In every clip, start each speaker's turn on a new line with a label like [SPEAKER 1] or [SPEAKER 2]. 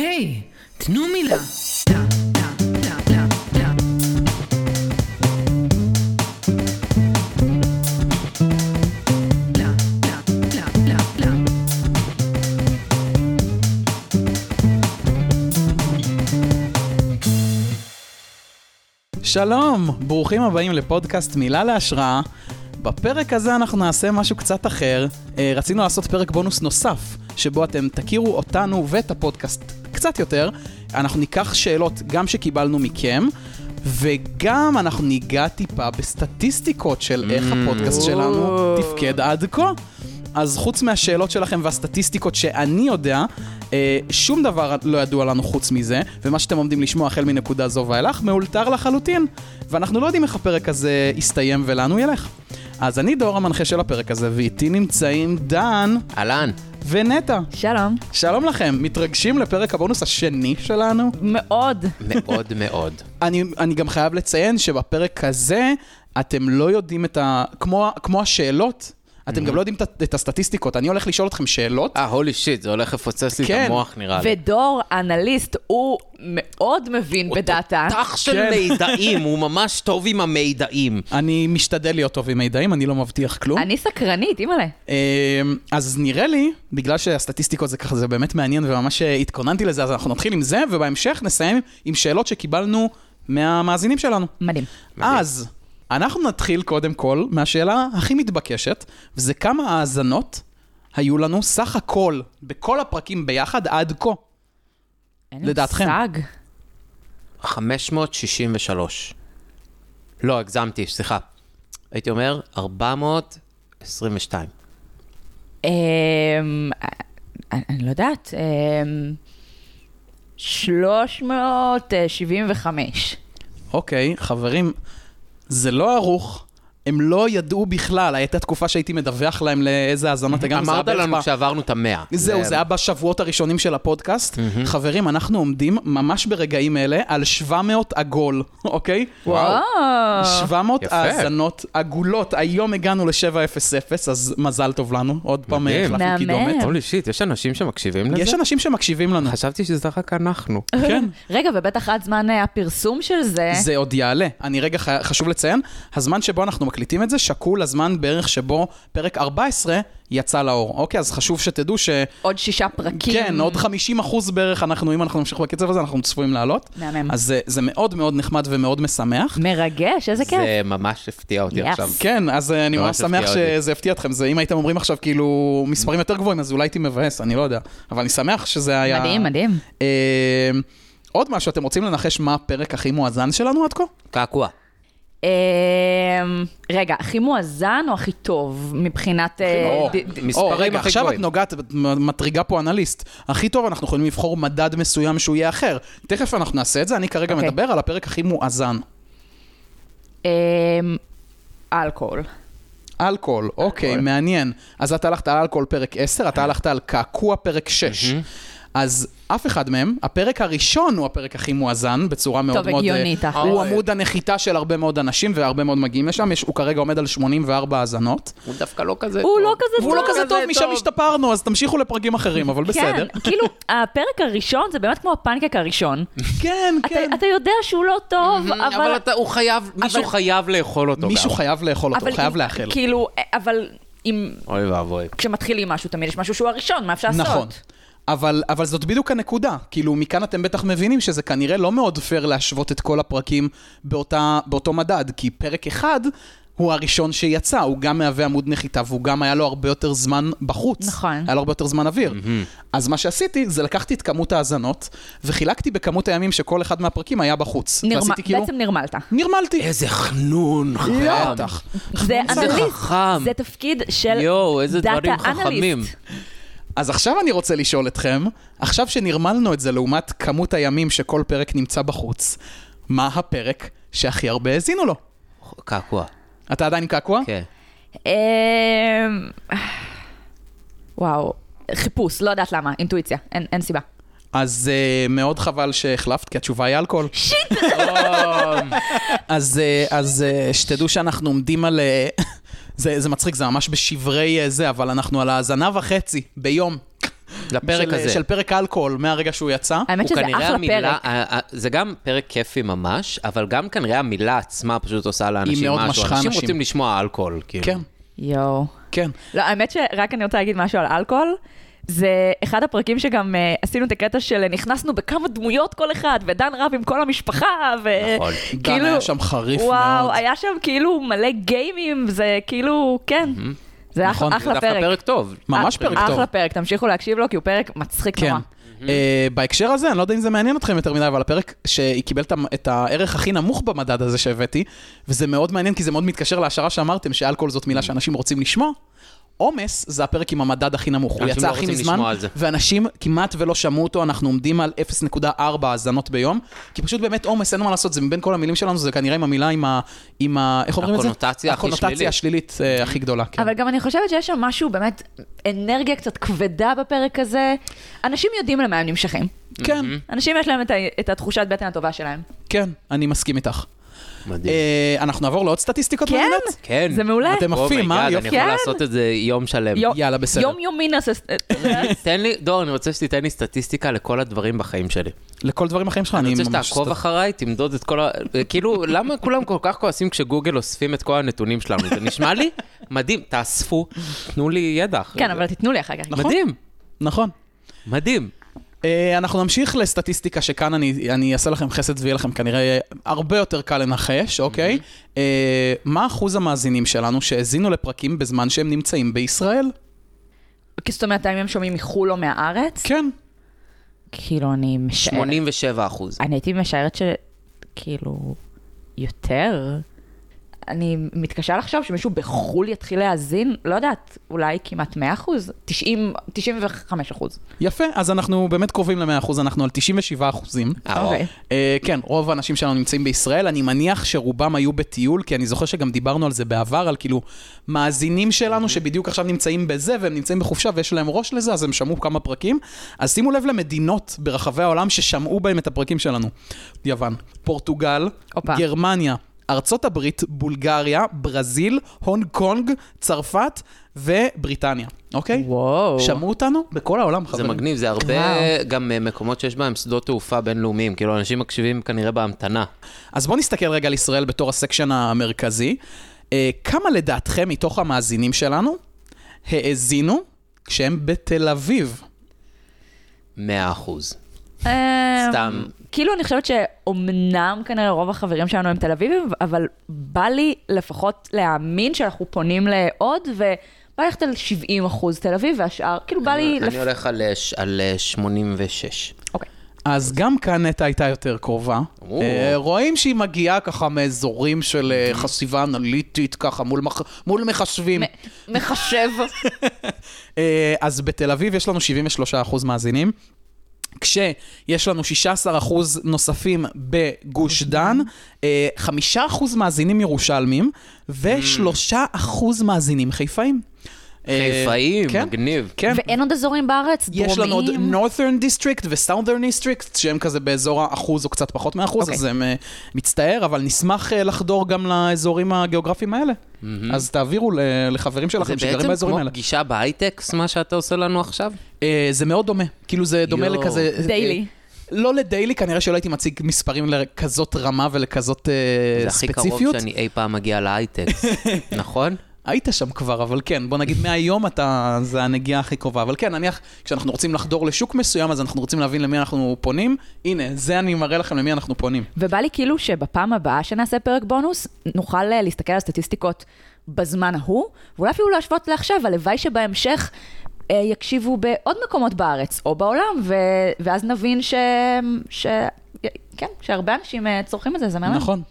[SPEAKER 1] היי, תנו מילה. לה, לה, לה, לה, לה. לה, לה, לה, לה, לה.
[SPEAKER 2] שלום, ברוכים הבאים לפודקאסט מילה להשראה. בפרק הזה אנחנו נעשה משהו קצת אחר. אה, רצינו לעשות פרק בונוס נוסף, שבו אתם תכירו אותנו ואת הפודקאסט קצת יותר. אנחנו ניקח שאלות גם שקיבלנו מכם, וגם אנחנו ניגע טיפה בסטטיסטיקות של איך הפודקאסט שלנו תפקד עד כה. אז חוץ מהשאלות שלכם והסטטיסטיקות שאני יודע, אה, שום דבר לא ידוע לנו חוץ מזה, ומה שאתם עומדים לשמוע החל מנקודה זו ואילך מאולתר לחלוטין, ואנחנו לא יודעים איך הפרק הזה יסתיים ולאן הוא ילך. אז אני דור המנחה של הפרק הזה, ואיתי נמצאים דן
[SPEAKER 3] אהלן.
[SPEAKER 2] ונטע.
[SPEAKER 4] שלום.
[SPEAKER 2] שלום לכם, מתרגשים לפרק הבונוס השני שלנו?
[SPEAKER 4] מאוד.
[SPEAKER 3] מאוד מאוד.
[SPEAKER 2] אני, אני גם חייב לציין שבפרק הזה, אתם לא יודעים את ה... כמו, כמו השאלות, אתם גם לא יודעים את, ה- את הסטטיסטיקות. אני הולך לשאול אתכם שאלות.
[SPEAKER 3] אה, הולי שיט, זה הולך לפוצץ לי את
[SPEAKER 2] כן.
[SPEAKER 3] המוח נראה לי.
[SPEAKER 4] ודור אנליסט, הוא מאוד מבין בדאטה.
[SPEAKER 3] תותח
[SPEAKER 2] כן.
[SPEAKER 3] של מידעים, הוא ממש טוב עם המידעים.
[SPEAKER 2] אני משתדל להיות טוב עם מידעים, אני לא מבטיח כלום.
[SPEAKER 4] אני סקרנית, אימא'לה.
[SPEAKER 2] אמ, אז נראה לי, בגלל שהסטטיסטיקות זה ככה, זה באמת מעניין וממש אה, התכוננתי לזה, אז אנחנו נתחיל עם זה, ובהמשך נסיים עם שאלות שקיבלנו מהמאזינים שלנו.
[SPEAKER 4] מדהים.
[SPEAKER 2] אז אנחנו נתחיל קודם כל מהשאלה הכי מתבקשת, וזה כמה האזנות היו לנו סך הכל, בכל הפרקים ביחד עד כה.
[SPEAKER 4] אין לי
[SPEAKER 2] לדעתכם.
[SPEAKER 4] מושג.
[SPEAKER 3] 563. לא, הגזמתי, סליחה. הייתי אומר, 422.
[SPEAKER 4] אמ, אני אני לא יודעת. אמ, 375.
[SPEAKER 2] אוקיי, חברים, זה לא ערוך. הם לא ידעו בכלל, הייתה תקופה שהייתי מדווח להם לאיזה האזנות הגענו. זה היה
[SPEAKER 3] אמרת
[SPEAKER 2] בערך
[SPEAKER 3] לנו
[SPEAKER 2] ב-
[SPEAKER 3] כשעברנו את המאה.
[SPEAKER 2] זהו, זה היה בשבועות הראשונים של הפודקאסט. חברים, אנחנו עומדים ממש ברגעים אלה על 700 עגול, אוקיי?
[SPEAKER 3] וואו.
[SPEAKER 4] או,
[SPEAKER 2] 700
[SPEAKER 3] יפה.
[SPEAKER 2] האזנות עגולות, היום הגענו ל-700, אז מזל טוב לנו, עוד פעם אה,
[SPEAKER 3] מדהים.
[SPEAKER 2] החלפנו
[SPEAKER 4] מהמם.
[SPEAKER 2] קידומת.
[SPEAKER 3] הולי שיט, יש אנשים שמקשיבים
[SPEAKER 2] יש
[SPEAKER 3] לזה?
[SPEAKER 2] אנשים שמקשיבים לנו,
[SPEAKER 3] חשבתי שזה רק אנחנו.
[SPEAKER 2] כן.
[SPEAKER 4] רגע, ובטח עד זמן אה, הפרסום של זה.
[SPEAKER 2] זה עוד יעלה. אני רגע ח- חשוב לציין, הזמן שבו אנחנו מקליטים את זה שקול לזמן בערך שבו פרק 14 יצא לאור. אוקיי, אז חשוב שתדעו ש...
[SPEAKER 4] עוד שישה פרקים.
[SPEAKER 2] כן, עוד 50 אחוז בערך, אנחנו, אם אנחנו נמשיך בקצב הזה, אנחנו צפויים לעלות.
[SPEAKER 4] מהמם.
[SPEAKER 2] אז אה, זה, זה מאוד מאוד נחמד ומאוד משמח.
[SPEAKER 4] מרגש, איזה כיף.
[SPEAKER 3] זה ממש הפתיע אותי
[SPEAKER 4] Yes.
[SPEAKER 3] עכשיו.
[SPEAKER 2] כן, אז אה, אני
[SPEAKER 3] ממש
[SPEAKER 2] ממש שמח
[SPEAKER 3] הפתיע אותי.
[SPEAKER 2] שזה הפתיע אתכם. זה אם הייתם אומרים עכשיו כאילו מספרים יותר גבוהים, אז אולי הייתי מבאס, אני לא יודע. אבל אני שמח שזה היה...
[SPEAKER 4] מדהים, מדהים.
[SPEAKER 2] אה, עוד משהו, אתם רוצים לנחש מה הפרק הכי מואזן שלנו עד כה?
[SPEAKER 3] קעקוע.
[SPEAKER 4] אמ, רגע, הכי מואזן או הכי טוב מבחינת... אה,
[SPEAKER 2] או,
[SPEAKER 4] ד- ד-
[SPEAKER 3] מספרים
[SPEAKER 2] או, רגע,
[SPEAKER 3] הכי
[SPEAKER 2] עכשיו את
[SPEAKER 3] גבוהים.
[SPEAKER 2] נוגעת, את מ- מטריגה פה אנליסט. הכי טוב, אנחנו יכולים לבחור מדד מסוים שהוא יהיה אחר. תכף אנחנו נעשה את זה, אני כרגע
[SPEAKER 4] אוקיי.
[SPEAKER 2] מדבר על הפרק הכי מואזן.
[SPEAKER 4] אמ, אלכוהול.
[SPEAKER 2] אלכוהול, אוקיי, מעניין. אז את הלכת על אלכוהול פרק 10, אתה הלכת על קעקוע פרק 6. אז אף אחד מהם, הפרק הראשון הוא הפרק הכי מואזן, בצורה מאוד מאוד...
[SPEAKER 4] הגיוני,
[SPEAKER 2] אה,
[SPEAKER 4] תכלס.
[SPEAKER 2] הוא עמוד הנחיתה של הרבה מאוד אנשים, והרבה מאוד מגיעים לשם, יש- הוא כרגע עומד על 84 האזנות.
[SPEAKER 3] הוא דווקא לא כזה
[SPEAKER 4] הוא לא כזה
[SPEAKER 2] והוא לא
[SPEAKER 4] טוב.
[SPEAKER 2] כזה טוב, משם השתפרנו, אז תמשיכו לפרקים אחרים, אבל בסדר.
[SPEAKER 4] כן, כאילו, הפרק הראשון זה באמת כמו הפנקק הראשון.
[SPEAKER 2] כן,
[SPEAKER 4] אתה-
[SPEAKER 2] כן.
[SPEAKER 4] אתה יודע שהוא לא טוב, אבל...
[SPEAKER 3] Mm-hmm. אבל אתה- הוא חייב, מישהו חייב לאכול אותו גם.
[SPEAKER 2] מישהו חייב לאכול אותו,
[SPEAKER 4] אבל
[SPEAKER 2] הוא חייב
[SPEAKER 4] אם-
[SPEAKER 2] לאכל.
[SPEAKER 4] כאילו, אה, אבל אם...
[SPEAKER 3] אוי ואבוי.
[SPEAKER 4] כשמתחילים משהו, תמיד יש משהו שהוא הראשון, מה אפשר לעשות?
[SPEAKER 2] נכון. אבל, אבל זאת בדיוק הנקודה. כאילו, מכאן אתם בטח מבינים שזה כנראה לא מאוד פייר להשוות את כל הפרקים באותה, באותו מדד, כי פרק אחד הוא הראשון שיצא, הוא גם מהווה עמוד נחיתה, והוא גם היה לו הרבה יותר זמן בחוץ.
[SPEAKER 4] נכון.
[SPEAKER 2] היה לו הרבה יותר זמן אוויר. אז מה שעשיתי, זה לקחתי את כמות ההאזנות, וחילקתי בכמות הימים שכל אחד מהפרקים היה בחוץ.
[SPEAKER 4] נרמל-
[SPEAKER 2] ועשיתי כאילו,
[SPEAKER 4] בעצם נרמלת.
[SPEAKER 2] נרמלתי.
[SPEAKER 3] איזה חנון, חכם.
[SPEAKER 2] בטח.
[SPEAKER 4] זה אנליסט,
[SPEAKER 3] חכם.
[SPEAKER 4] זה תפקיד של
[SPEAKER 3] יואו, איזה
[SPEAKER 4] דאטה
[SPEAKER 3] דברים חכמים.
[SPEAKER 4] אנליסט.
[SPEAKER 2] אז עכשיו אני רוצה לשאול אתכם, עכשיו שנרמלנו את זה לעומת כמות הימים שכל פרק נמצא בחוץ, מה הפרק שהכי הרבה האזינו לו?
[SPEAKER 3] קעקוע.
[SPEAKER 2] אתה עדיין קעקוע?
[SPEAKER 3] כן.
[SPEAKER 4] אמ, וואו, חיפוש, לא יודעת למה, אינטואיציה, אין אין סיבה.
[SPEAKER 2] אז uh, מאוד חבל שהחלפת, כי התשובה היא אלכוהול.
[SPEAKER 4] שיט!
[SPEAKER 2] אז, uh, אז uh, שתדעו שאנחנו עומדים על... Uh, אה, זה, זה מצחיק, זה ממש בשברי uh, זה, אבל אנחנו על האזנה וחצי ביום.
[SPEAKER 3] לפרק
[SPEAKER 2] של-
[SPEAKER 3] הזה.
[SPEAKER 2] של פרק האלכוהול מהרגע שהוא יצא.
[SPEAKER 4] האמת
[SPEAKER 3] הוא
[SPEAKER 4] שזה
[SPEAKER 3] כנראה
[SPEAKER 4] אחלה
[SPEAKER 3] המילה-
[SPEAKER 4] פרק.
[SPEAKER 3] ה- ה- זה גם פרק כיפי ממש, אבל גם כנראה המילה עצמה פשוט עושה לאנשים
[SPEAKER 2] מאוד
[SPEAKER 3] משהו.
[SPEAKER 2] משכה
[SPEAKER 3] אנשים
[SPEAKER 2] אנשים.
[SPEAKER 3] רוצים לשמוע אלכוהול, כאילו.
[SPEAKER 2] כן,
[SPEAKER 4] יואו.
[SPEAKER 2] כן.
[SPEAKER 4] לא, האמת שרק אני רוצה להגיד משהו על אלכוהול. זה אחד הפרקים שגם uh, עשינו את הקטע של אה, נכנסנו בכמה דמויות כל אחד, ודן רב עם כל המשפחה, ו- כאילו-
[SPEAKER 3] נכון.
[SPEAKER 2] דן היה שם חריף
[SPEAKER 4] וואו,
[SPEAKER 2] מאוד.
[SPEAKER 4] היה שם כאילו מלא גיימים, זה כאילו, כן. זה
[SPEAKER 2] נכון,
[SPEAKER 4] אחלה,
[SPEAKER 2] זה
[SPEAKER 3] זה
[SPEAKER 4] אחלה
[SPEAKER 3] דווקא
[SPEAKER 4] פרק. אה,
[SPEAKER 3] פרק טוב.
[SPEAKER 2] ממש פרק טוב.
[SPEAKER 4] אחלה פרק, תמשיכו להקשיב לו, כי הוא פרק מצחיק
[SPEAKER 2] כן.
[SPEAKER 4] נורא.
[SPEAKER 2] אה, בהקשר הזה, אני לא יודע אם זה מעניין אתכם יותר מדי, אבל הפרק שהיא קיבלת את הערך הכי נמוך במדד הזה שהבאתי, וזה מאוד מעניין כי זה מאוד מתקשר להשערה שאמרתם, שאלכוהול זאת
[SPEAKER 3] Mm.
[SPEAKER 2] מילה שאנשים רוצים לשמוע. עומס זה הפרק עם המדד הכי נמוך, הוא
[SPEAKER 3] אנשים
[SPEAKER 2] יצא
[SPEAKER 3] לא
[SPEAKER 2] הכי
[SPEAKER 3] רוצים
[SPEAKER 2] מזמן,
[SPEAKER 3] לשמוע על זה.
[SPEAKER 2] ואנשים כמעט ולא שמעו אותו, אנחנו עומדים על 0.4 האזנות ביום, כי פשוט באמת עומס, אין מה לעשות, זה מבין כל המילים שלנו, זה כנראה עם המילה, עם ה... עם ה איך אומרים את זה?
[SPEAKER 3] הקונוטציה הכי
[SPEAKER 2] הקונוטציה
[SPEAKER 3] שלילית.
[SPEAKER 2] השלילית אה, הכי גדולה, כן.
[SPEAKER 4] Mm-hmm. אבל גם אני חושבת שיש שם משהו, באמת, אנרגיה קצת כבדה בפרק הזה. אנשים יודעים למה הם נמשכים.
[SPEAKER 2] כן,
[SPEAKER 3] Mm-hmm.
[SPEAKER 4] אנשים יש להם את, ה- את התחושת בטן הטובה שלהם.
[SPEAKER 2] כן, אני מסכים איתך.
[SPEAKER 3] מדהים.
[SPEAKER 2] אה, אנחנו נעבור לעוד סטטיסטיקות
[SPEAKER 4] כן?
[SPEAKER 2] מעניינות?
[SPEAKER 3] כן.
[SPEAKER 4] זה מעולה.
[SPEAKER 2] אתם
[SPEAKER 3] Oh my
[SPEAKER 2] עפים, אה?
[SPEAKER 3] God,
[SPEAKER 2] יופי.
[SPEAKER 3] אני יכול
[SPEAKER 4] כן.
[SPEAKER 3] לעשות את זה יום שלם.
[SPEAKER 4] יו-
[SPEAKER 2] יאללה, בסדר.
[SPEAKER 4] יום יומי נעשה... ס- אה,
[SPEAKER 3] תן לי, דור, אני רוצה שתיתן לי סטטיסטיקה לכל הדברים בחיים שלי.
[SPEAKER 2] לכל דברים אחרים שלך, אני
[SPEAKER 3] אני
[SPEAKER 2] ממש...
[SPEAKER 3] רוצה שתעקוב אחריי, תמדוד את כל ה... כאילו, למה כולם כל כך כועסים כשגוגל אוספים את כל הנתונים שלנו? זה נשמע לי מדהים. תאספו, תנו לי ידע. אחרי
[SPEAKER 4] כן,
[SPEAKER 3] זה.
[SPEAKER 4] אבל תיתנו לי אחר כך.
[SPEAKER 2] נכון.
[SPEAKER 3] מדהים,
[SPEAKER 2] נכון.
[SPEAKER 3] מדהים.
[SPEAKER 2] אה, אנחנו נמשיך לסטטיסטיקה שכאן אני, אני אעשה לכם חסד ויהיה לכם כנראה הרבה יותר קל לנחש, אוקיי? אה, מה אחוז המאזינים שלנו שהאזינו לפרקים בזמן שהם נמצאים בישראל?
[SPEAKER 4] כי זאת אומרת, האם הם שומעים מחו"ל או מהארץ?
[SPEAKER 2] כן.
[SPEAKER 4] כאילו, אני משערת.
[SPEAKER 3] 87 אחוז.
[SPEAKER 4] אני הייתי משערת ש... כאילו... יותר. אני מתקשה לחשוב שמישהו בחו"ל יתחיל להאזין, לא יודעת, אולי כמעט 100 אחוז? 90, 95 אחוז.
[SPEAKER 2] יפה, אז אנחנו באמת קרובים ל-100%, אנחנו על 97%. אחוזים.
[SPEAKER 4] אוקיי.
[SPEAKER 2] אה, כן, רוב האנשים שלנו נמצאים בישראל, אני מניח שרובם היו בטיול, כי אני זוכר שגם דיברנו על זה בעבר, על כאילו מאזינים שלנו שבדיוק עכשיו נמצאים בזה, והם נמצאים בחופשה ויש להם ראש לזה, אז הם שמעו כמה פרקים. אז שימו לב למדינות ברחבי העולם ששמעו בהם את הפרקים שלנו. יוון, פורטוגל,
[SPEAKER 4] הופה.
[SPEAKER 2] גרמניה, ארצות הברית, בולגריה, ברזיל, הונג קונג, צרפת ובריטניה, אוקיי?
[SPEAKER 4] וואו.
[SPEAKER 2] שמעו אותנו בכל העולם,
[SPEAKER 3] זה
[SPEAKER 2] חברים.
[SPEAKER 3] מגניב, זה הרבה
[SPEAKER 4] וואו.
[SPEAKER 3] גם אה, מקומות שיש בהם שדות תעופה בינלאומיים. כאילו, אנשים מקשיבים כנראה בהמתנה.
[SPEAKER 2] אז בואו נסתכל רגע על ישראל בתור הסקשן המרכזי. אה, כמה לדעתכם מתוך המאזינים שלנו האזינו כשהם בתל אביב?
[SPEAKER 3] 100 אחוז.
[SPEAKER 4] אה,
[SPEAKER 3] סתם.
[SPEAKER 4] כאילו, אני חושבת שאומנם כנראה רוב החברים שלנו הם תל אביבים, אבל בא לי לפחות להאמין שאנחנו פונים לעוד, ובא לי ללכת על 70 אחוז תל אביב, והשאר, כאילו, בא לי... לפ-
[SPEAKER 3] אני הולך על, אה, ש- על אה, 86.
[SPEAKER 4] אוקיי.
[SPEAKER 2] אז גם כאן נטע הייתה יותר קרובה.
[SPEAKER 3] או.
[SPEAKER 2] אה, רואים שהיא מגיעה ככה מאזורים של אה, חשיבה אנליטית, ככה מול מח- מול מחשבים.
[SPEAKER 4] מ- מחשב.
[SPEAKER 2] אה, אז בתל אביב יש לנו 73% מאזינים. כשיש לנו 16% נוספים בגוש דן, אה, 5% מאזינים ירושלמים ו-3% מאזינים חיפאים. אה,
[SPEAKER 3] חיפאים,
[SPEAKER 2] כן,
[SPEAKER 3] מגניב.
[SPEAKER 2] כן.
[SPEAKER 4] ואין עוד אזורים בארץ?
[SPEAKER 2] יש לנו עוד
[SPEAKER 4] דרומיים?
[SPEAKER 2] Northern District ו-Southern District, שהם כזה באזור האחוז או קצת פחות מאחוז, okay.
[SPEAKER 4] אוקיי.
[SPEAKER 2] אז הם אה, מצטער, אבל נשמח אה, לחדור גם לאזורים הגיאוגרפיים האלה. אז תעבירו ל- לחברים
[SPEAKER 3] זה
[SPEAKER 2] שלכם שגרים
[SPEAKER 3] בעצם
[SPEAKER 2] כן? באזורים
[SPEAKER 3] כמו
[SPEAKER 2] האלה.
[SPEAKER 3] פגישה בהייטקס, מה שאתה עושה לנו עכשיו?
[SPEAKER 2] אה, זה מאוד דומה, כאילו זה דומה
[SPEAKER 3] יואו.
[SPEAKER 2] לכזה... אה,
[SPEAKER 4] דיילי.
[SPEAKER 2] לא לדיילי, כנראה שלא הייתי מציג מספרים לכזאת רמה ולכזאת
[SPEAKER 3] זה
[SPEAKER 2] אה,
[SPEAKER 3] הכי קרוב
[SPEAKER 2] ספציפיות.
[SPEAKER 3] שאני אי פעם מגיע להייטקס, נכון?
[SPEAKER 2] היית שם כבר, אבל כן, בוא נגיד מהיום אתה, זה הנגיעה הכי קרובה. אבל כן, נניח, כשאנחנו רוצים לחדור לשוק מסוים, אז אנחנו רוצים להבין למי אנחנו פונים. הנה, זה אני מראה לכם למי אנחנו פונים.
[SPEAKER 4] ובא לי כאילו שבפעם הבאה שנעשה פרק בונוס, נוכל אה, להסתכל על סטטיסטיקות בזמן ההוא, ואולי אפילו להשוות לעכשיו, הלוואי שבהמשך אה, יקשיבו בעוד מקומות בארץ או בעולם, ו... ואז נבין ש... ש... כן, שהרבה אנשים אה, צורכים את זה, זה מהמם.
[SPEAKER 2] נכון.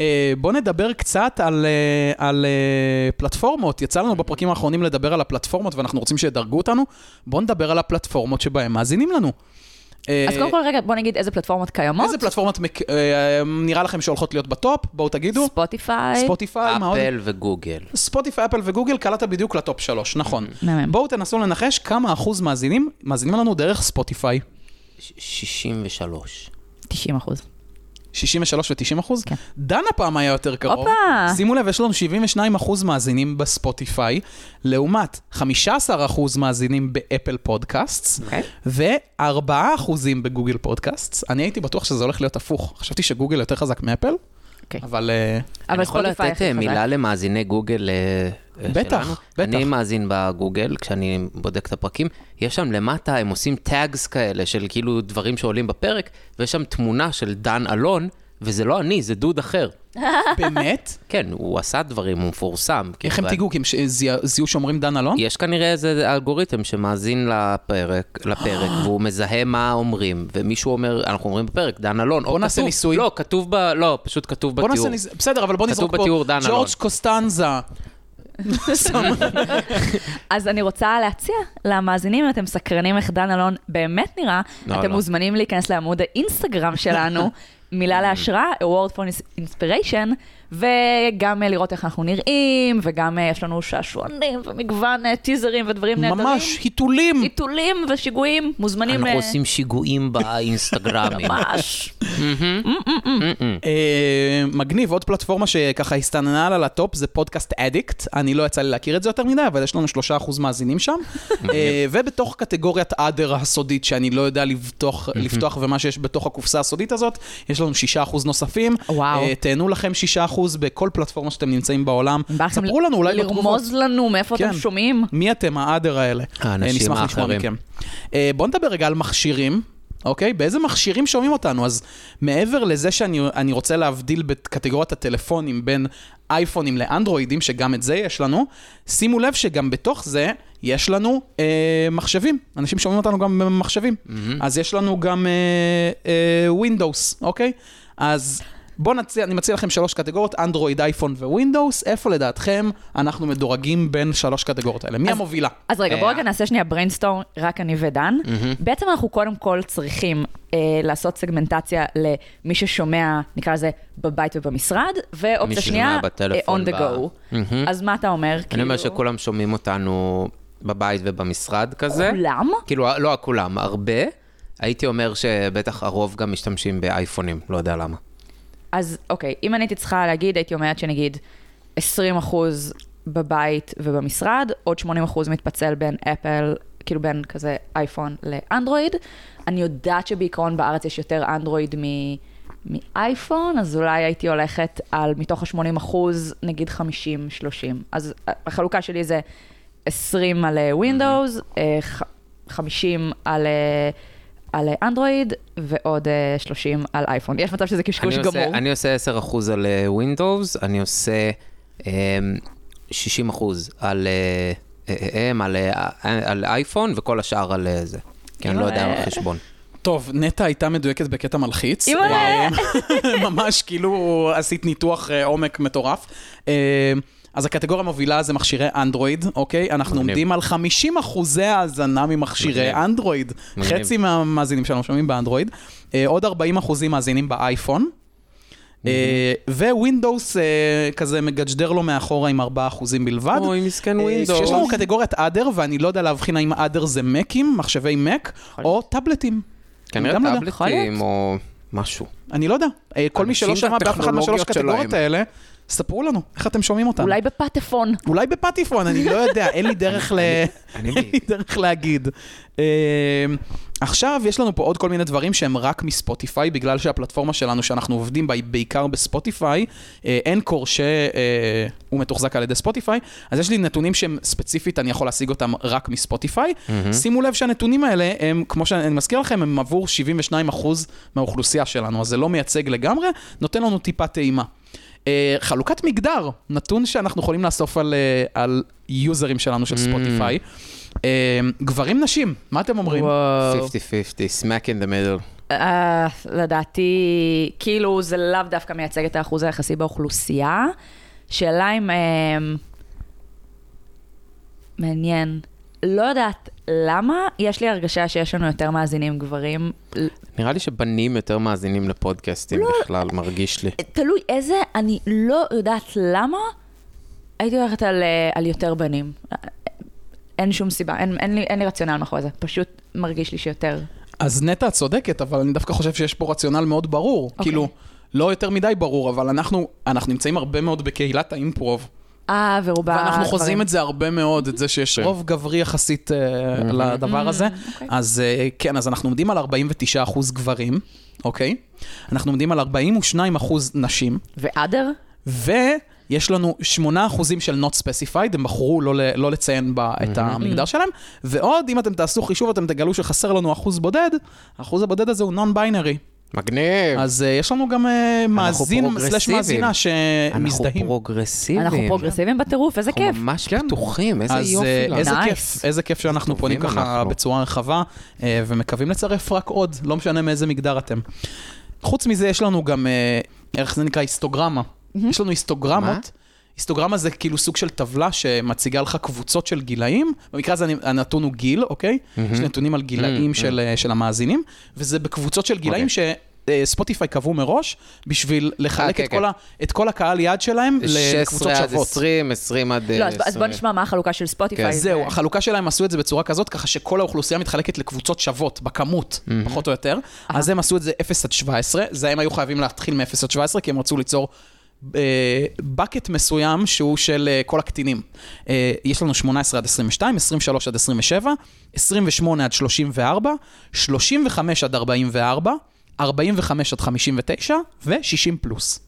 [SPEAKER 2] אה, בוא נדבר קצת על, אה, על אה, פלטפורמות. יצא לנו בפרקים האחרונים לדבר על הפלטפורמות, ואנחנו רוצים שידרגו אותנו. בוא נדבר על הפלטפורמות שבהן מאזינים לנו. אה,
[SPEAKER 4] אז קודם כל, רגע, בוא נגיד איזה פלטפורמות קיימות.
[SPEAKER 2] איזה פלטפורמות מק- אה, נראה לכם שהולכות להיות בטופ? בואו תגידו.
[SPEAKER 4] ספוטיפיי.
[SPEAKER 2] ספוטיפיי, מה עוד?
[SPEAKER 3] אפל וגוגל.
[SPEAKER 2] ספוטיפיי, אפל וגוגל, קלעת בדיוק לטופ שלוש, נכון.
[SPEAKER 4] מהמם.
[SPEAKER 2] בואו תנסו לנחש כמה אחוז מאזינים, מאזינים לנו דרך ספוטיפיי.
[SPEAKER 3] 63.
[SPEAKER 4] 90 אחוז.
[SPEAKER 2] 63% 63 ו-90 אחוז. כן. דנה פעם היה יותר קרוב.
[SPEAKER 4] הופה.
[SPEAKER 2] שימו לב, יש לנו 72 אחוז מאזינים בספוטיפיי, לעומת 15 אחוז מאזינים באפל פודקאסטס,
[SPEAKER 4] אוקיי.
[SPEAKER 2] ו-4 אחוזים בגוגל פודקאסטס. אני הייתי בטוח שזה הולך להיות הפוך. חשבתי שגוגל יותר חזק מאפל,
[SPEAKER 4] אוקיי.
[SPEAKER 2] אבל... אה,
[SPEAKER 3] אני
[SPEAKER 4] אבל
[SPEAKER 3] יכול
[SPEAKER 4] ספוטיפיי
[SPEAKER 3] לתת
[SPEAKER 4] הכי
[SPEAKER 3] אה,
[SPEAKER 4] חזק.
[SPEAKER 3] מילה למאזיני גוגל אה, אה,
[SPEAKER 2] בטח,
[SPEAKER 3] שלנו?
[SPEAKER 2] בטח.
[SPEAKER 3] אני מאזין בגוגל, כשאני בודק את הפרקים, יש שם למטה, הם עושים טאגס כאלה של כאילו דברים שעולים בפרק, ויש שם תמונה של דן אלון, וזה לא אני, זה דוד אחר.
[SPEAKER 2] באמת?
[SPEAKER 3] כן, הוא עשה דברים, הוא מפורסם.
[SPEAKER 2] איך הם
[SPEAKER 3] כאילו,
[SPEAKER 2] תיגעו? כי הם ש- זיהו- זיהו שאומרים דן אלון?
[SPEAKER 3] יש כנראה איזה אלגוריתם שמאזין לפרק, לפרק
[SPEAKER 2] אה.
[SPEAKER 3] והוא מזהה מה אומרים, ומישהו אומר, אנחנו אומרים בפרק, דן אלון. או
[SPEAKER 2] בוא נעשה
[SPEAKER 3] כתוב-
[SPEAKER 2] ניסוי.
[SPEAKER 3] לא, כתוב ב... לא, פשוט כתוב
[SPEAKER 2] בוא
[SPEAKER 3] בתיאור.
[SPEAKER 2] נעשה ניס... בסדר, אבל בוא
[SPEAKER 3] כתוב
[SPEAKER 2] נזרוק פה.
[SPEAKER 3] בתיאור דן אלון.
[SPEAKER 2] ג'ורג' קוסטנזה.
[SPEAKER 4] אז אני רוצה להציע למאזינים, אם אתם סקרנים איך דן אלון באמת נראה,
[SPEAKER 3] לא,
[SPEAKER 4] אתם
[SPEAKER 3] לא.
[SPEAKER 4] מוזמנים להיכנס לעמוד האינסטגרם שלנו, מילה להשראה, award for inspiration, וגם אה, לראות איך אנחנו נראים, וגם אה, יש לנו שעשועונים ומגוון אה, טיזרים ודברים נהדרים.
[SPEAKER 2] ממש היתולים.
[SPEAKER 4] טיטולים ושיגועים, מוזמנים...
[SPEAKER 3] אנחנו
[SPEAKER 4] אה,
[SPEAKER 3] עושים שיגועים באינסטגרמים.
[SPEAKER 4] ממש.
[SPEAKER 2] אה, מגניב, עוד פלטפורמה שככה הסתננה על הטופ זה פודקאסט אדיקט. אני לא יצא לי להכיר את זה יותר מדי, אבל יש לנו שלושה אחוז מאזינים שם. אה, ובתוך קטגוריית אדר הסודית, שאני לא יודע לבטוח,
[SPEAKER 3] Mm-hmm.
[SPEAKER 2] לפתוח ומה שיש בתוך הקופסה הסודית הזאת, יש לנו שישה אחוז נוספים.
[SPEAKER 4] וואו.
[SPEAKER 2] אה, תהנו לכם שישה אחוז בכל פלטפורמה שאתם נמצאים בעולם.
[SPEAKER 4] בא לכם
[SPEAKER 2] ספרו לנו אולי בתגובות.
[SPEAKER 4] לרמוז לנו מאיפה
[SPEAKER 2] כן.
[SPEAKER 4] אתם שומעים.
[SPEAKER 2] מי אתם, האדר האלה?
[SPEAKER 3] האנשים
[SPEAKER 2] אה, נשמח לשמוע
[SPEAKER 3] האחרים.
[SPEAKER 2] מכם. אה, בואו נדבר רגע על מכשירים, אוקיי? באיזה מכשירים שומעים אותנו? אז מעבר לזה שאני אני רוצה להבדיל בקטגוריית הטלפונים בין אייפונים לאנדרואידים, שגם את זה יש לנו, שימו לב שגם בתוך זה יש לנו אה, מחשבים. אנשים שומעים אותנו גם במחשבים. אז יש לנו גם אה, אה, Windows, אוקיי? אז... בואו נציע, אני מציע לכם שלוש קטגוריות, אנדרואיד, אייפון ווינדוס, איפה לדעתכם אנחנו מדורגים בין שלוש קטגוריות האלה? מי
[SPEAKER 4] אז-
[SPEAKER 2] המובילה?
[SPEAKER 4] אז רגע, בואו
[SPEAKER 3] אה,
[SPEAKER 4] רגע נעשה שנייה בריינסטורם, רק אני ודן. בעצם אנחנו קודם כל צריכים אה, לעשות סגמנטציה למי ששומע, נקרא לזה, בבית ובמשרד, ואופציה
[SPEAKER 3] ששומע
[SPEAKER 4] שנייה, אה,
[SPEAKER 3] בטלפון
[SPEAKER 4] on the
[SPEAKER 3] ב-
[SPEAKER 4] go.
[SPEAKER 3] מהמם.
[SPEAKER 4] אז מה אתה אומר?
[SPEAKER 3] אני אומר
[SPEAKER 4] כאילו,
[SPEAKER 3] שכולם שומעים אותנו בבית ובמשרד כזה.
[SPEAKER 4] כולם?
[SPEAKER 3] כאילו, לא כולם, הרבה. הייתי אומר שבטח הרוב גם משתמשים באייפונים, לא יודע למה.
[SPEAKER 4] אז אוקיי, אם אני הייתי צריכה להגיד, הייתי אומרת שנגיד 20 אחוז בבית ובמשרד, עוד 80 אחוז מתפצל בין אפל, כאילו בין כזה אייפון לאנדרואיד. אני יודעת שבעיקרון בארץ יש יותר אנדרואיד מ... מאייפון, אז אולי הייתי הולכת על מתוך ה-80 אחוז, נגיד 50-30. אז אה, החלוקה שלי זה 20 על אה, Windows, אה, ח- 50 על... אה, על אה, אנדרואיד ועוד אה, 30 על אייפון. יש מצב שזה קשקוש
[SPEAKER 3] אני
[SPEAKER 4] גמור.
[SPEAKER 3] עושה- אני עושה 10% על אה, Windows, אני עושה אמ, 60% על אה, אה, אה, אמ, על, אה, אה, על אייפון, וכל השאר על אה, זה. כי אני לא יודע
[SPEAKER 4] יואלה.
[SPEAKER 3] על חשבון.
[SPEAKER 2] טוב, נטע הייתה מדויקת בקטע מלחיץ.
[SPEAKER 4] אימא'לה.
[SPEAKER 2] וואו. ממש כאילו עשית ניתוח אה, עומק מטורף. אה, אז הקטגוריה המובילה זה מכשירי אנדרואיד, אוקיי? אנחנו
[SPEAKER 3] מגניב.
[SPEAKER 2] עומדים על 50 אחוזי האזנה ממכשירי
[SPEAKER 3] מגניב.
[SPEAKER 2] אנדרואיד.
[SPEAKER 3] מגניב.
[SPEAKER 2] חצי מהמאזינים שלנו שומעים באנדרואיד. אה, עוד 40 אחוזים מאזינים באייפון. אה, ווינדוס אה, כזה מגג'דר לו מאחורה עם 4 אחוזים בלבד.
[SPEAKER 3] אוי, מסכן
[SPEAKER 2] אה,
[SPEAKER 3] Windows.
[SPEAKER 2] שיש לנו קטגוריית אדר, ואני לא יודע להבחין האם אדר זה מקים, מחשבי מק, או טאבלטים.
[SPEAKER 3] כנראה
[SPEAKER 2] גם לא יודע. יכול
[SPEAKER 3] כן, טאבלטים או משהו.
[SPEAKER 2] אני לא יודע. אה, כל מי שלא
[SPEAKER 3] אנשים
[SPEAKER 2] שמע באף אחת מהשלוש
[SPEAKER 3] והטכנולוגיות
[SPEAKER 2] קטגוריות
[SPEAKER 3] שלהם.
[SPEAKER 2] האלה, ספרו לנו, איך אתם שומעים אותנו.
[SPEAKER 4] אולי בפטפון.
[SPEAKER 2] אולי בפטיפון, אני לא יודע, אין לי דרך ל...
[SPEAKER 3] אני
[SPEAKER 2] אין לי דרך להגיד. אה, עכשיו, יש לנו פה עוד כל מיני דברים שהם רק מספוטיפיי, בגלל שהפלטפורמה שלנו, שאנחנו עובדים בה, היא בעיקר בספוטיפיי, אה, אנקור שהוא אה, מתוחזק על ידי ספוטיפיי, אז יש לי נתונים שהם ספציפית, אני יכול להשיג אותם רק מספוטיפיי. שימו לב שהנתונים האלה, הם, כמו שאני מזכיר לכם, הם עבור 72% מהאוכלוסייה שלנו, אז זה לא מייצג לגמרי, נותן לנו טיפה טעימה. אה, חלוקת מגדר, נתון שאנחנו יכולים לאסוף על, אה, על יוזרים שלנו של ספוטיפיי. אה, גברים, נשים, מה אתם אומרים?
[SPEAKER 3] 50-50, smack in the middle.
[SPEAKER 4] אה, לדעתי, כאילו זה לאו דווקא מייצג את האחוז היחסי באוכלוסייה. שאלה אם... אה, מעניין. לא יודעת למה, יש לי הרגשה שיש לנו יותר מאזינים גברים. אה,
[SPEAKER 3] נראה לי שבנים יותר מאזינים לפודקאסטים
[SPEAKER 2] לא.
[SPEAKER 3] בכלל, מרגיש לי.
[SPEAKER 4] תלוי איזה, אני לא יודעת למה. הייתי הולכת על, אה, על יותר בנים. אה, אין שום סיבה, אין, אין, לי, אין לי רציונל מאחורי זה. פשוט מרגיש לי שיותר
[SPEAKER 2] אז נטע את צודקת, אבל אני דווקא חושב שיש פה רציונל מאוד ברור. כאילו, לא יותר מדי ברור, אבל אנחנו, אנחנו נמצאים הרבה מאוד בקהילת האימפרוב.
[SPEAKER 4] אה, ורובה...
[SPEAKER 2] ואנחנו חוזים
[SPEAKER 4] דברים.
[SPEAKER 2] את זה הרבה מאוד, את זה שיש רוב גברי יחסית אה, לדבר הזה.
[SPEAKER 4] אוקיי.
[SPEAKER 2] אז אה, כן, אז אנחנו עומדים על 49 אחוז גברים, אוקיי? אנחנו עומדים על 42 אחוז נשים,
[SPEAKER 4] ועדר?
[SPEAKER 2] ויש לנו 8 אחוזים של not specified, הם בחרו לא, ל- לא לציין בה את המגדר שלהם, ועוד, אם אתם תעשו חישוב, אתם תגלו שחסר לנו אחוז בודד, האחוז הבודד הזה הוא non-binary.
[SPEAKER 3] מגניב.
[SPEAKER 2] אז אה, יש לנו גם אה, מאזין סלש
[SPEAKER 3] פרוגרסיביים.
[SPEAKER 2] מאזינה אה,
[SPEAKER 3] אנחנו
[SPEAKER 2] שמזדהים.
[SPEAKER 3] פרוגרסיביים.
[SPEAKER 4] אנחנו פרוגרסיביים בטירוף, איזה
[SPEAKER 3] אנחנו
[SPEAKER 4] כיף.
[SPEAKER 3] ממש פתוחים, איזה
[SPEAKER 2] כן. אז
[SPEAKER 3] יופי.
[SPEAKER 2] אה,
[SPEAKER 3] לנו.
[SPEAKER 2] איזה
[SPEAKER 4] Nice.
[SPEAKER 2] כיף, איזה כיף שאנחנו פונים
[SPEAKER 3] טובים
[SPEAKER 2] ככה
[SPEAKER 3] אנחנו.
[SPEAKER 2] בצורה רחבה, אה, ומקווים לצרף רק עוד, לא משנה מאיזה מגדר אתם. חוץ מזה, יש לנו גם, אה, איך זה נקרא, היסטוגרמה. יש לנו
[SPEAKER 3] מה?
[SPEAKER 2] היסטוגרמות. היסטוגרמה זה כאילו סוג של טבלה שמציגה לך קבוצות של גילאים, במקרה הזה אני- הנתון הוא גיל, אוקיי?
[SPEAKER 3] Mm-hmm.
[SPEAKER 2] יש לי נתונים על גילאים של אה, של המאזינים, וזה בקבוצות של גילאים ש... אה, ספוטיפיי קבעו מראש בשביל לחלק
[SPEAKER 3] אוקיי. כן,
[SPEAKER 2] את כל
[SPEAKER 3] כן.
[SPEAKER 2] ה- את כל הקהל יעד שלהם לקבוצות
[SPEAKER 3] 16 עד
[SPEAKER 2] שוות.
[SPEAKER 3] 20, 20 עד
[SPEAKER 4] לא,
[SPEAKER 3] אה,
[SPEAKER 4] אז ב- אז בוא
[SPEAKER 3] 20.
[SPEAKER 4] נשמע מה החלוקה של ספוטיפיי.
[SPEAKER 3] כן.
[SPEAKER 2] זהו, החלוקה שלהם עשו את זה בצורה כזאת, ככה שכל האוכלוסייה מתחלקת לקבוצות שוות בכמות, פחות או יותר. אז הם עשו את זה 0 עד 17, זה הם היו חייבים להתחיל מ-0 עד 17, כי הם רצו ליצור... אה, bucket מסוים שהוא של אה, כל הקטינים. אה, יש לנו 18 עד 22, 23 עד 27, 28 עד 34, 35 עד 44, 45 עד 59 ו-60 פלוס.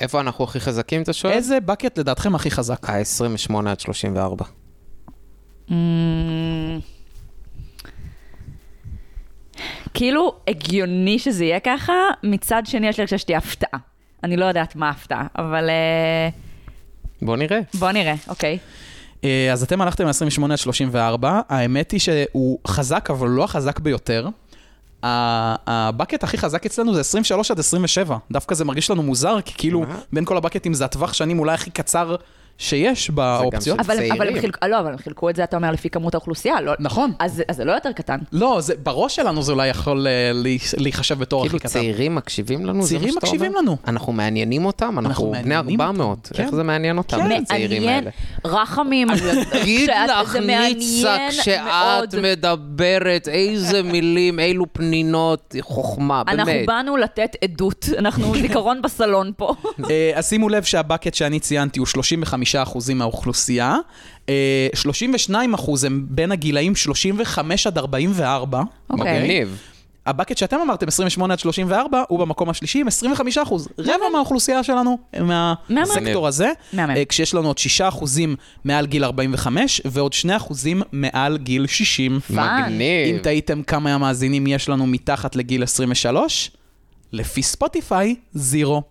[SPEAKER 3] איפה אנחנו הכי חזקים, אתה שואל?
[SPEAKER 2] איזה bucket לדעתכם הכי חזק?
[SPEAKER 3] ה-28 עד 34.
[SPEAKER 4] Mm. כאילו, הגיוני שזה יהיה ככה, מצד שני יש לי הרגשה שתהיה הפתעה. אני לא יודעת מה ההפתעה, אבל אה,
[SPEAKER 3] בוא נראה.
[SPEAKER 4] בוא נראה, אוקיי.
[SPEAKER 2] אה, אז אתם הלכתם מ-28 עד 34, האמת היא שהוא חזק, אבל לא החזק ביותר. ה- הבקט הכי חזק אצלנו זה 23 עד 27. דווקא זה מרגיש לנו מוזר, כי כאילו,
[SPEAKER 3] מה?
[SPEAKER 2] בין כל הבקטים זה הטווח שנים אולי הכי קצר שיש באופציות.
[SPEAKER 3] של-
[SPEAKER 4] אבל אבל הם
[SPEAKER 3] צעירים.
[SPEAKER 4] חילקו- לא, אבל הם חילקו את זה, אתה אומר, לפי כמות האוכלוסייה, לא...
[SPEAKER 2] נכון.
[SPEAKER 4] אז אז זה לא יותר קטן.
[SPEAKER 3] כן,
[SPEAKER 2] לא, זה, בראש שלנו זה אולי יכול אה, להיש- להיחשב בתור הכי
[SPEAKER 3] כאילו
[SPEAKER 2] קטן.
[SPEAKER 3] צעירים מקשיבים לנו, זה מה
[SPEAKER 2] צעירים
[SPEAKER 3] שאתה
[SPEAKER 2] מקשיבים
[SPEAKER 3] אומר?
[SPEAKER 2] לנו.
[SPEAKER 3] אנחנו מעניינים אותם, אנחנו בני
[SPEAKER 2] מעניינים
[SPEAKER 3] 400.
[SPEAKER 2] אותם,
[SPEAKER 3] איך
[SPEAKER 2] כן.
[SPEAKER 3] זה מעניין אותם, הצעירים האלה?
[SPEAKER 4] רחמים.
[SPEAKER 3] תגיד
[SPEAKER 4] שאת-
[SPEAKER 3] לך,
[SPEAKER 4] זה מעניין
[SPEAKER 3] ניצה, כשאת
[SPEAKER 4] מאוד.
[SPEAKER 3] מדברת, איזה מילים, אילו פנינות, חוכמה,
[SPEAKER 4] אנחנו
[SPEAKER 3] באמת.
[SPEAKER 4] באנו לתת עדות, אנחנו זיכרון בסלון פה.
[SPEAKER 2] אה, אז שימו לב שהבקט שאני ציינתי הוא 35% מהאוכלוסייה, אה, 32% הם בין הגילאים 35 עד 44.
[SPEAKER 4] אוקיי.
[SPEAKER 3] מגניב.
[SPEAKER 2] הבקט שאתם אמרתם, 28 עד 34, הוא במקום השלישי עם 25 אחוז. רבע מהאוכלוסייה שלנו, אה, מה-
[SPEAKER 4] מהמם.
[SPEAKER 2] מהסקטור הזה.
[SPEAKER 4] מהמם.
[SPEAKER 2] אה, כשיש לנו עוד 6 אחוזים מעל גיל 45, ועוד 2 אחוזים מעל גיל 60.
[SPEAKER 4] פאן.
[SPEAKER 3] מגניב.
[SPEAKER 2] אם תהיתם כמה המאזינים יש לנו מתחת לגיל 23, לפי ספוטיפיי, זירו.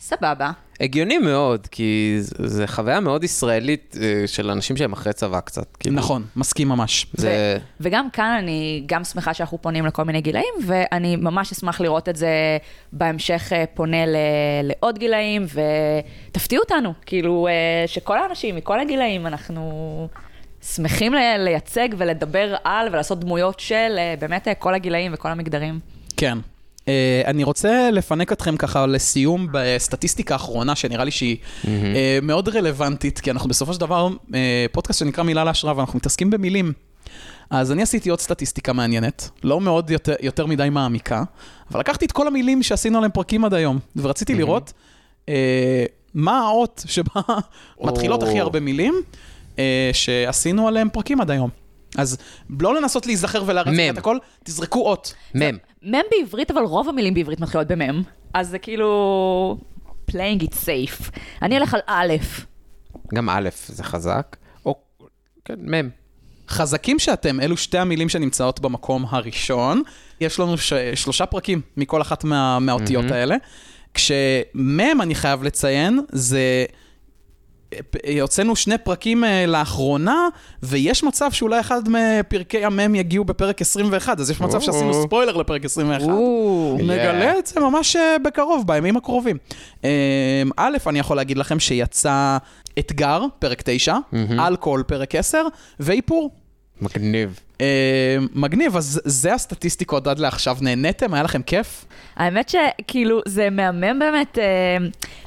[SPEAKER 4] סבבה.
[SPEAKER 3] הגיוני מאוד, כי ז- זה חוויה מאוד ישראלית אה, של אנשים שהם אחרי צבא קצת. כאילו.
[SPEAKER 2] נכון, מסכים ממש.
[SPEAKER 3] זה...
[SPEAKER 4] ו- וגם כאן אני גם שמחה שאנחנו פונים לכל מיני גילאים, ואני ממש אשמח לראות את זה בהמשך אה, פונה ל- לעוד גילאים, ותפתיעו אותנו, כאילו אה, שכל האנשים מכל הגילאים, אנחנו שמחים ל- לייצג ולדבר על ולעשות דמויות של אה, באמת אה, כל הגילאים וכל המגדרים.
[SPEAKER 2] כן. Uh, אני רוצה לפנק אתכם ככה לסיום בסטטיסטיקה האחרונה, שנראה לי שהיא mm-hmm. uh, מאוד רלוונטית, כי אנחנו בסופו של דבר uh, פודקאסט שנקרא מילה להשראה, ואנחנו מתעסקים במילים. אז אני עשיתי עוד סטטיסטיקה מעניינת, לא מאוד יותר, יותר מדי מעמיקה, אבל לקחתי את כל המילים שעשינו עליהם פרקים עד היום, ורציתי mm-hmm. לראות uh, מה האות שבה מתחילות הכי הרבה מילים uh, שעשינו עליהם פרקים עד היום. אז לא לנסות להיזכר ולהרצת
[SPEAKER 3] מם.
[SPEAKER 2] את הכל, תזרקו אות.
[SPEAKER 3] מם.
[SPEAKER 4] מם בעברית, אבל רוב המילים בעברית מתחילות במם, אז זה כאילו... playing it safe. אני אלך על א',
[SPEAKER 3] גם א' זה חזק. או... כן, מם.
[SPEAKER 2] חזקים שאתם, אלו שתי המילים שנמצאות במקום הראשון. יש לנו ש... שלושה פרקים מכל אחת מה... מהאותיות mm-hmm. האלה. כשמם, אני חייב לציין, זה... אה, הוצאנו שני פרקים אה, לאחרונה, ויש מצב שאולי אחד מפרקי המם יגיעו בפרק 21, אז יש מצב שעשינו
[SPEAKER 3] או.
[SPEAKER 2] ספוילר לפרק 21.
[SPEAKER 4] או.
[SPEAKER 2] נגלה
[SPEAKER 3] Yeah.
[SPEAKER 2] את זה ממש אה, בקרוב, בימים הקרובים. אה, א', אני יכול להגיד לכם שיצא אתגר, פרק 9, אלכוהול, פרק 10, ואיפור.
[SPEAKER 3] מגניב.
[SPEAKER 2] אה, מגניב, אז זה הסטטיסטיקות עד לעכשיו. נהניתם? היה לכם כיף?
[SPEAKER 4] האמת שכאילו זה מהמם באמת אה,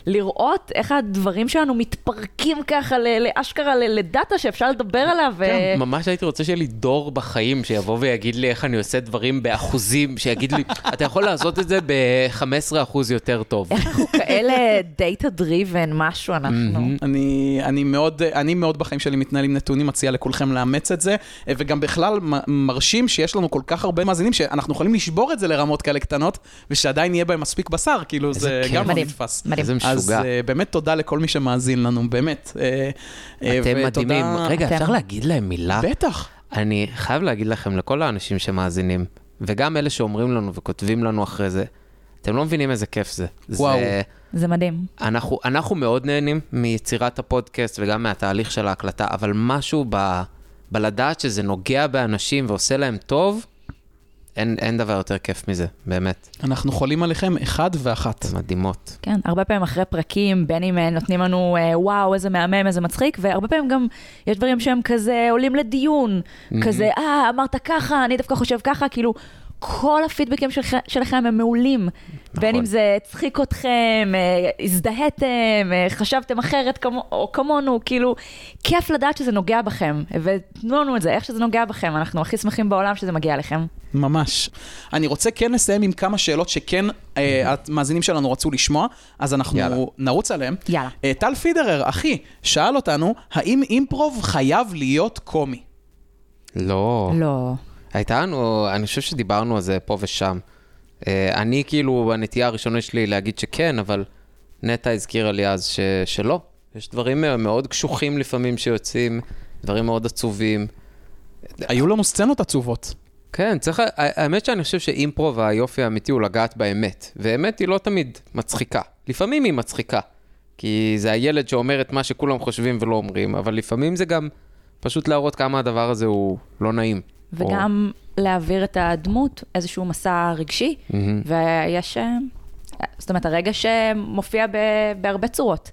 [SPEAKER 4] לראות איך הדברים שלנו מתפרקים ככה ל- לאשכרה ל- לדאטה שאפשר לדבר עליו. אה,
[SPEAKER 5] ממש הייתי רוצה שיהיה לי דור בחיים שיבוא ויגיד לי איך אני עושה דברים באחוזים, שיגיד לי, אתה יכול לעשות את זה ב-15% יותר טוב.
[SPEAKER 4] איך אנחנו כאלה דאטה דריבן, משהו אנחנו.
[SPEAKER 2] אני, אני, מאוד, אני מאוד בחיים שלי מתנהל עם נתונים, מציע לכולכם לאמץ את זה, אה, וגם בכלל מ- מרשים שיש לנו כל כך הרבה מאזינים, שאנחנו יכולים לשבור את זה לרמות כאלה קטנות, ושעדיין יהיה בהם מספיק בשר, כאילו זה
[SPEAKER 3] כיף.
[SPEAKER 2] גם לא
[SPEAKER 4] מדהים,
[SPEAKER 2] נתפס.
[SPEAKER 4] מדהים.
[SPEAKER 3] איזה משוגע.
[SPEAKER 2] אז אה, באמת תודה לכל מי שמאזין לנו, באמת. אה, אה,
[SPEAKER 3] אתם
[SPEAKER 2] ותודה-
[SPEAKER 3] מדהימים. רגע,
[SPEAKER 4] אתם-
[SPEAKER 3] אפשר להגיד להם מילה?
[SPEAKER 2] בטח.
[SPEAKER 3] אני חייב להגיד לכם, לכל האנשים שמאזינים, וגם אלה שאומרים לנו וכותבים לנו אחרי זה, אתם לא מבינים איזה כיף זה.
[SPEAKER 2] וואו.
[SPEAKER 3] זה...
[SPEAKER 4] זה מדהים.
[SPEAKER 3] אנחנו, אנחנו מאוד נהנים מיצירת הפודקאסט וגם מהתהליך של ההקלטה, אבל משהו ב, בלדעת שזה נוגע באנשים ועושה להם טוב, אין, אין דבר יותר כיף מזה, באמת.
[SPEAKER 2] אנחנו חולים עליכם אחד ואחת.
[SPEAKER 3] אתן מדהימות.
[SPEAKER 4] כן, הרבה פעמים אחרי פרקים, בין אם אה, נותנים לנו אה, וואו, איזה מהמם, איזה מצחיק, והרבה פעמים גם יש דברים שהם כזה עולים לדיון, כזה, אה, אמרת ככה, אני דווקא חושב ככה, כאילו, כל הפידבקים שלכם, שלכם הם מעולים. בין אם זה הצחיק אתכם, אה, הזדהיתם, אה, חשבתם אחרת כמו, או כמונו, כאילו, כיף לדעת שזה נוגע בכם, ותנו לנו את זה, איך שזה נוגע בכם, אנחנו הכי שמחים בעולם שזה מגיע לכם.
[SPEAKER 2] ממש. אני רוצה כן לסיים עם כמה שאלות שכן אה, המאזינים שלנו רצו לשמוע, אז אנחנו
[SPEAKER 3] יאללה.
[SPEAKER 2] נרוץ עליהן.
[SPEAKER 4] יאללה.
[SPEAKER 2] אה, טל פידרר, אחי, שאל אותנו, האם אימפרוב חייב להיות קומי?
[SPEAKER 3] לא.
[SPEAKER 4] לא.
[SPEAKER 3] הייתה לנו, אני חושב שדיברנו על זה פה ושם. אה, אני כאילו, הנטייה הראשונה שלי היא להגיד שכן, אבל נטע הזכירה לי אז ש, שלא. יש דברים אה, מאוד קשוחים לפעמים שיוצאים, דברים מאוד עצובים.
[SPEAKER 2] היו לנו סצנות עצובות.
[SPEAKER 3] כן, צריך, ה- האמת שאני חושב שאימפרוב והיופי האמיתי הוא לגעת באמת. ואמת היא לא תמיד מצחיקה. לפעמים היא מצחיקה. כי זה הילד שאומר את מה שכולם חושבים ולא אומרים, אבל לפעמים זה גם פשוט להראות כמה הדבר הזה הוא לא נעים.
[SPEAKER 4] וגם להעביר את הדמות איזשהו מסע רגשי,
[SPEAKER 2] Mm-hmm.
[SPEAKER 4] ויש, אה, זאת אומרת, הרגע שמופיע ב, בהרבה צורות.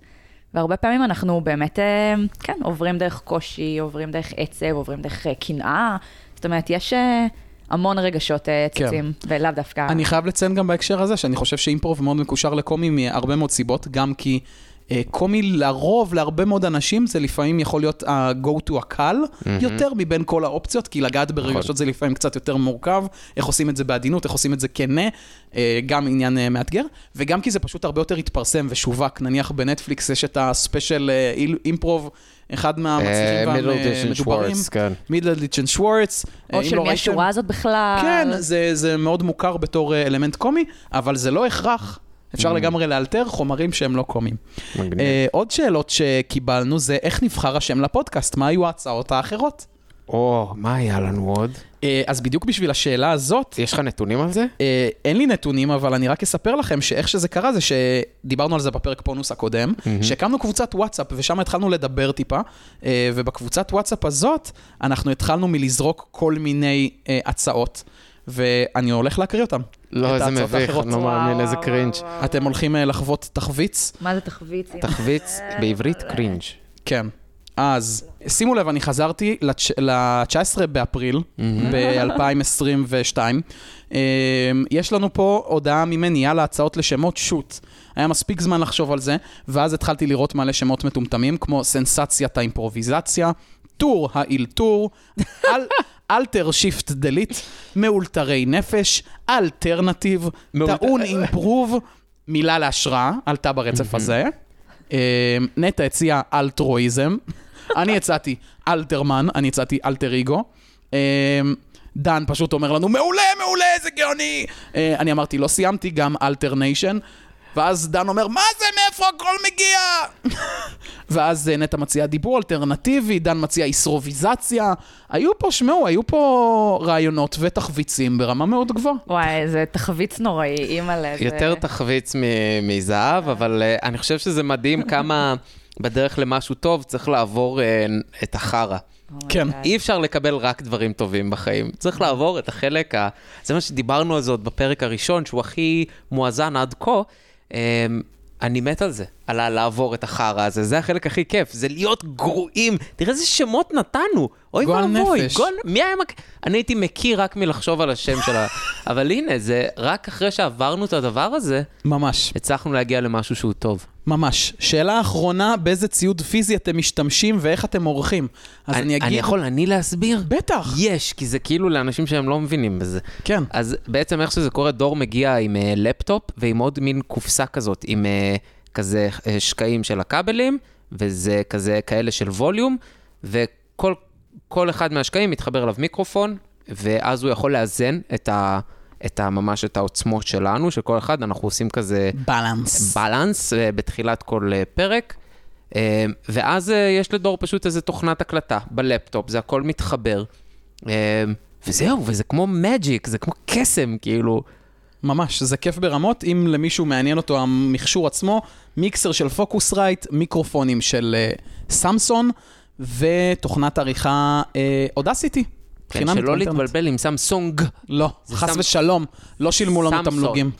[SPEAKER 4] והרבה פעמים אנחנו באמת, אה, כן, עוברים דרך קושי, עוברים דרך עצב, עוברים דרך אה, קנאה, זאת אומרת, יש אה, המון רגשות אה,
[SPEAKER 2] כן.
[SPEAKER 4] צצים, ולאו דווקא...
[SPEAKER 2] אני חייב לציין גם בהקשר הזה, שאני חושב שאימפרוב מאוד מקושר לקומי מהרבה מאוד סיבות, גם כי... אה, קומי לרוב, להרבה מאוד אנשים, זה לפעמים יכול להיות ה-go to הקל יותר מבין כל האופציות, כי לגעת ברגשות זה לפעמים קצת יותר מורכב, איך עושים את זה בעדינות, איך עושים את זה כנה, אה, גם עניין אה, מאתגר, וגם כי זה פשוט הרבה יותר התפרסם ושווק, נניח בנטפליקס יש את הספיישל אה, איל- אימפרוב, אחד
[SPEAKER 3] אה,
[SPEAKER 2] מהמצליחים
[SPEAKER 3] מידלדיש אנד
[SPEAKER 2] והמדוברים,
[SPEAKER 3] שוורץ, כן.
[SPEAKER 2] מידלדיץ' אנד שוורץ, אה,
[SPEAKER 4] או
[SPEAKER 2] אם
[SPEAKER 4] של
[SPEAKER 2] לא
[SPEAKER 4] מי
[SPEAKER 2] ראיתם-
[SPEAKER 4] השורה הזאת בכלל.
[SPEAKER 2] כן, זה, זה מאוד מוכר בתור אה, אלמנט קומי, אבל זה לא הכרח. אפשר לגמרי לאלתר חומרים שהם לא קומיים.
[SPEAKER 3] מגניב.
[SPEAKER 2] אה, עוד שאלות שקיבלנו זה איך נבחר השם לפודקאסט, מה היו ההצעות האחרות?
[SPEAKER 3] או, מה היה לנו עוד?
[SPEAKER 2] אה, אז בדיוק בשביל השאלה הזאת,
[SPEAKER 3] יש לך נתונים על זה?
[SPEAKER 2] אה, אין לי נתונים, אבל אני רק אספר לכם שאיך שזה קרה זה שדיברנו על זה בפרק פונוס הקודם, שהקמנו קבוצת וואטסאפ ושם התחלנו לדבר טיפה, אה, ובקבוצת וואטסאפ הזאת אנחנו התחלנו מלזרוק כל מיני אה, הצעות, ואני הולך להקריא אותן.
[SPEAKER 3] לא,
[SPEAKER 2] את
[SPEAKER 3] איזה
[SPEAKER 2] ההצעות
[SPEAKER 3] מביך,
[SPEAKER 2] האחרות.
[SPEAKER 3] לא מאמין, איזה קרינג'.
[SPEAKER 2] אתם הולכים אה, לחוות תחביץ?
[SPEAKER 4] מה זה תחביץ? הנה?
[SPEAKER 3] תחביץ בעברית קרינג'.
[SPEAKER 2] כן. אז שימו לב, אני חזרתי ל-19 באפריל ב-2022. אמ, יש לנו פה הודעה ממני, יאללה, הצעות לשמות שו"ת. היה מספיק זמן לחשוב על זה, ואז התחלתי לראות מלא שמות מטומטמים, כמו סנסציית האימפרוביזציה, טור האילתור, אל- אלטר שיפט דליט, מאולתרי נפש, אלטרנטיב,
[SPEAKER 3] מאולתר-
[SPEAKER 2] טעון אימפרוב, מילה להשראה, עלתה ברצף הזה. אמ, נטע הציעה אלטרואיזם, אני הצעתי אלתרמן, אני הצעתי אלטר איגו. אמ, דן פשוט אומר לנו, מעולה, מעולה, איזה גאוני! אה, אני אמרתי, לא סיימתי, גם אלטרניישן. ואז דן אומר, מה זה, מאיפה הכל מגיע? ואז אה, נטע מציעה דיבור אלטרנטיבי, דן מציע איסרוביזציה. היו פה, שמעו, היו פה רעיונות ותחביצים ברמה מאוד גבוהה.
[SPEAKER 4] וואי, זה תחביץ נוראי, אה, אימא'לה. זה-
[SPEAKER 3] יותר תחביץ מ- מזהב, אבל אה, אני חושב שזה מדהים כמה בדרך למשהו טוב צריך לעבור אה, את החרא.
[SPEAKER 4] oh
[SPEAKER 2] כן.
[SPEAKER 3] אי אפשר לקבל רק דברים טובים בחיים. צריך לעבור את החלק ה... זה מה שדיברנו על זה עוד בפרק הראשון, שהוא הכי מואזן עד כה. אמ, אני מת על זה. על לעבור את החרא הזה, זה החלק הכי כיף, זה להיות גרועים. תראה איזה שמות נתנו, אוי
[SPEAKER 2] גועל
[SPEAKER 3] ואבוי.
[SPEAKER 2] נפש.
[SPEAKER 3] גועל- מי היה מק... אני הייתי מקיא רק מלחשוב על השם שלה, אבל הנה, זה רק אחרי שעברנו את הדבר הזה,
[SPEAKER 2] ממש,
[SPEAKER 3] הצלחנו להגיע למשהו שהוא טוב.
[SPEAKER 2] ממש. שאלה אחרונה, באיזה ציוד פיזי אתם משתמשים ואיך אתם עורכים? אז אני, אגיד...
[SPEAKER 3] אני יכול אני להסביר?
[SPEAKER 2] בטח,
[SPEAKER 3] יש, כי זה כאילו לאנשים שהם לא מבינים בזה.
[SPEAKER 2] כן.
[SPEAKER 3] אז בעצם איך שזה קורה, דור מגיע עם uh, לפטופ ועם עוד מין קופסה כזאת, עם uh, כזה uh, שקעים של הכבלים, וזה כזה כאלה של ווליום, וכל כל אחד מהשקעים מתחבר אליו מיקרופון, ואז הוא יכול לאזן את ה... את ה... ממש את העוצמות שלנו, של כל אחד, אנחנו עושים כזה...
[SPEAKER 2] בלנס.
[SPEAKER 3] בלנס אה, בתחילת כל אה, פרק. אה, ואז אה, יש לדור פשוט איזה תוכנת הקלטה בלפטופ, זה הכל מתחבר. אה, וזהו, וזה כמו מג'יק, זה כמו קסם, כאילו.
[SPEAKER 2] ממש, זה כיף ברמות. אם למישהו מעניין אותו המכשור עצמו, מיקסר של פוקוס רייט, מיקרופונים של אה, סמסון ותוכנת עריכה אה, אודסיטי.
[SPEAKER 3] כן, שלא להתבלבל עם סמסונג.
[SPEAKER 2] לא,
[SPEAKER 3] זה
[SPEAKER 2] חס
[SPEAKER 3] סם-
[SPEAKER 2] ושלום, לא שילמו לנו
[SPEAKER 3] סמסון.
[SPEAKER 2] תמלוגים.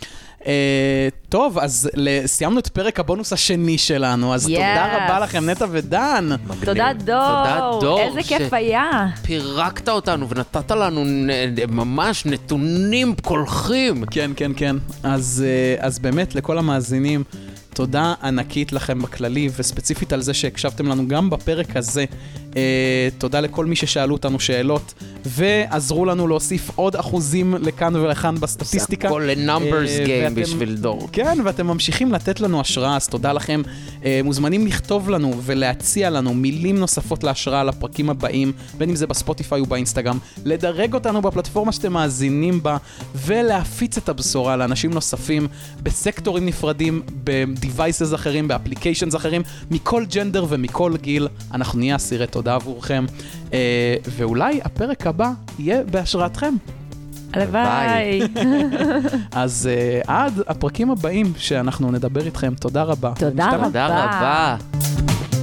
[SPEAKER 2] אה, טוב, אז ל- סיימנו את פרק הבונוס השני שלנו, אז תודה
[SPEAKER 4] Yes.
[SPEAKER 2] רבה לכם, נטע ודן.
[SPEAKER 4] תודה דור.
[SPEAKER 3] תודה, דור,
[SPEAKER 4] איזה
[SPEAKER 3] ש-
[SPEAKER 4] כיף היה.
[SPEAKER 3] פירקת אותנו ונתת לנו נ- אה, ממש נתונים קולחים.
[SPEAKER 2] כן, כן, כן. אז, אה, אז באמת, לכל המאזינים, תודה ענקית לכם בכללי, וספציפית על זה שהקשבתם לנו גם בפרק הזה. אה, תודה לכל מי ששאלו אותנו שאלות, ועזרו לנו להוסיף עוד אחוזים לכאן ולכאן בסטטיסטיקה.
[SPEAKER 3] זה הכל לנאמברס
[SPEAKER 2] אה,
[SPEAKER 3] גיים
[SPEAKER 2] ואתם-
[SPEAKER 3] בשביל דור.
[SPEAKER 2] כן, ואתם ממשיכים לתת לנו השראה, אז תודה לכם. אה, מוזמנים לכתוב לנו ולהציע לנו מילים נוספות להשראה על הפרקים הבאים, בין אם זה בספוטיפיי ובאינסטגרם, לדרג אותנו בפלטפורמה שאתם מאזינים בה, ולהפיץ את הבשורה לאנשים נוספים בסקטורים נפרדים, ב-devices אחרים, באפליקיישנס אחרים, מכל ג'נדר ומכל גיל. אנחנו נהיה אסירי תודה עבורכם, אה, ואולי הפרק הבא יהיה בהשראתכם.
[SPEAKER 4] הלוואי.
[SPEAKER 2] אז uh, עד הפרקים הבאים שאנחנו נדבר איתכם, תודה רבה.
[SPEAKER 4] תודה
[SPEAKER 2] ונשתמע.
[SPEAKER 4] רבה.
[SPEAKER 3] תודה רבה.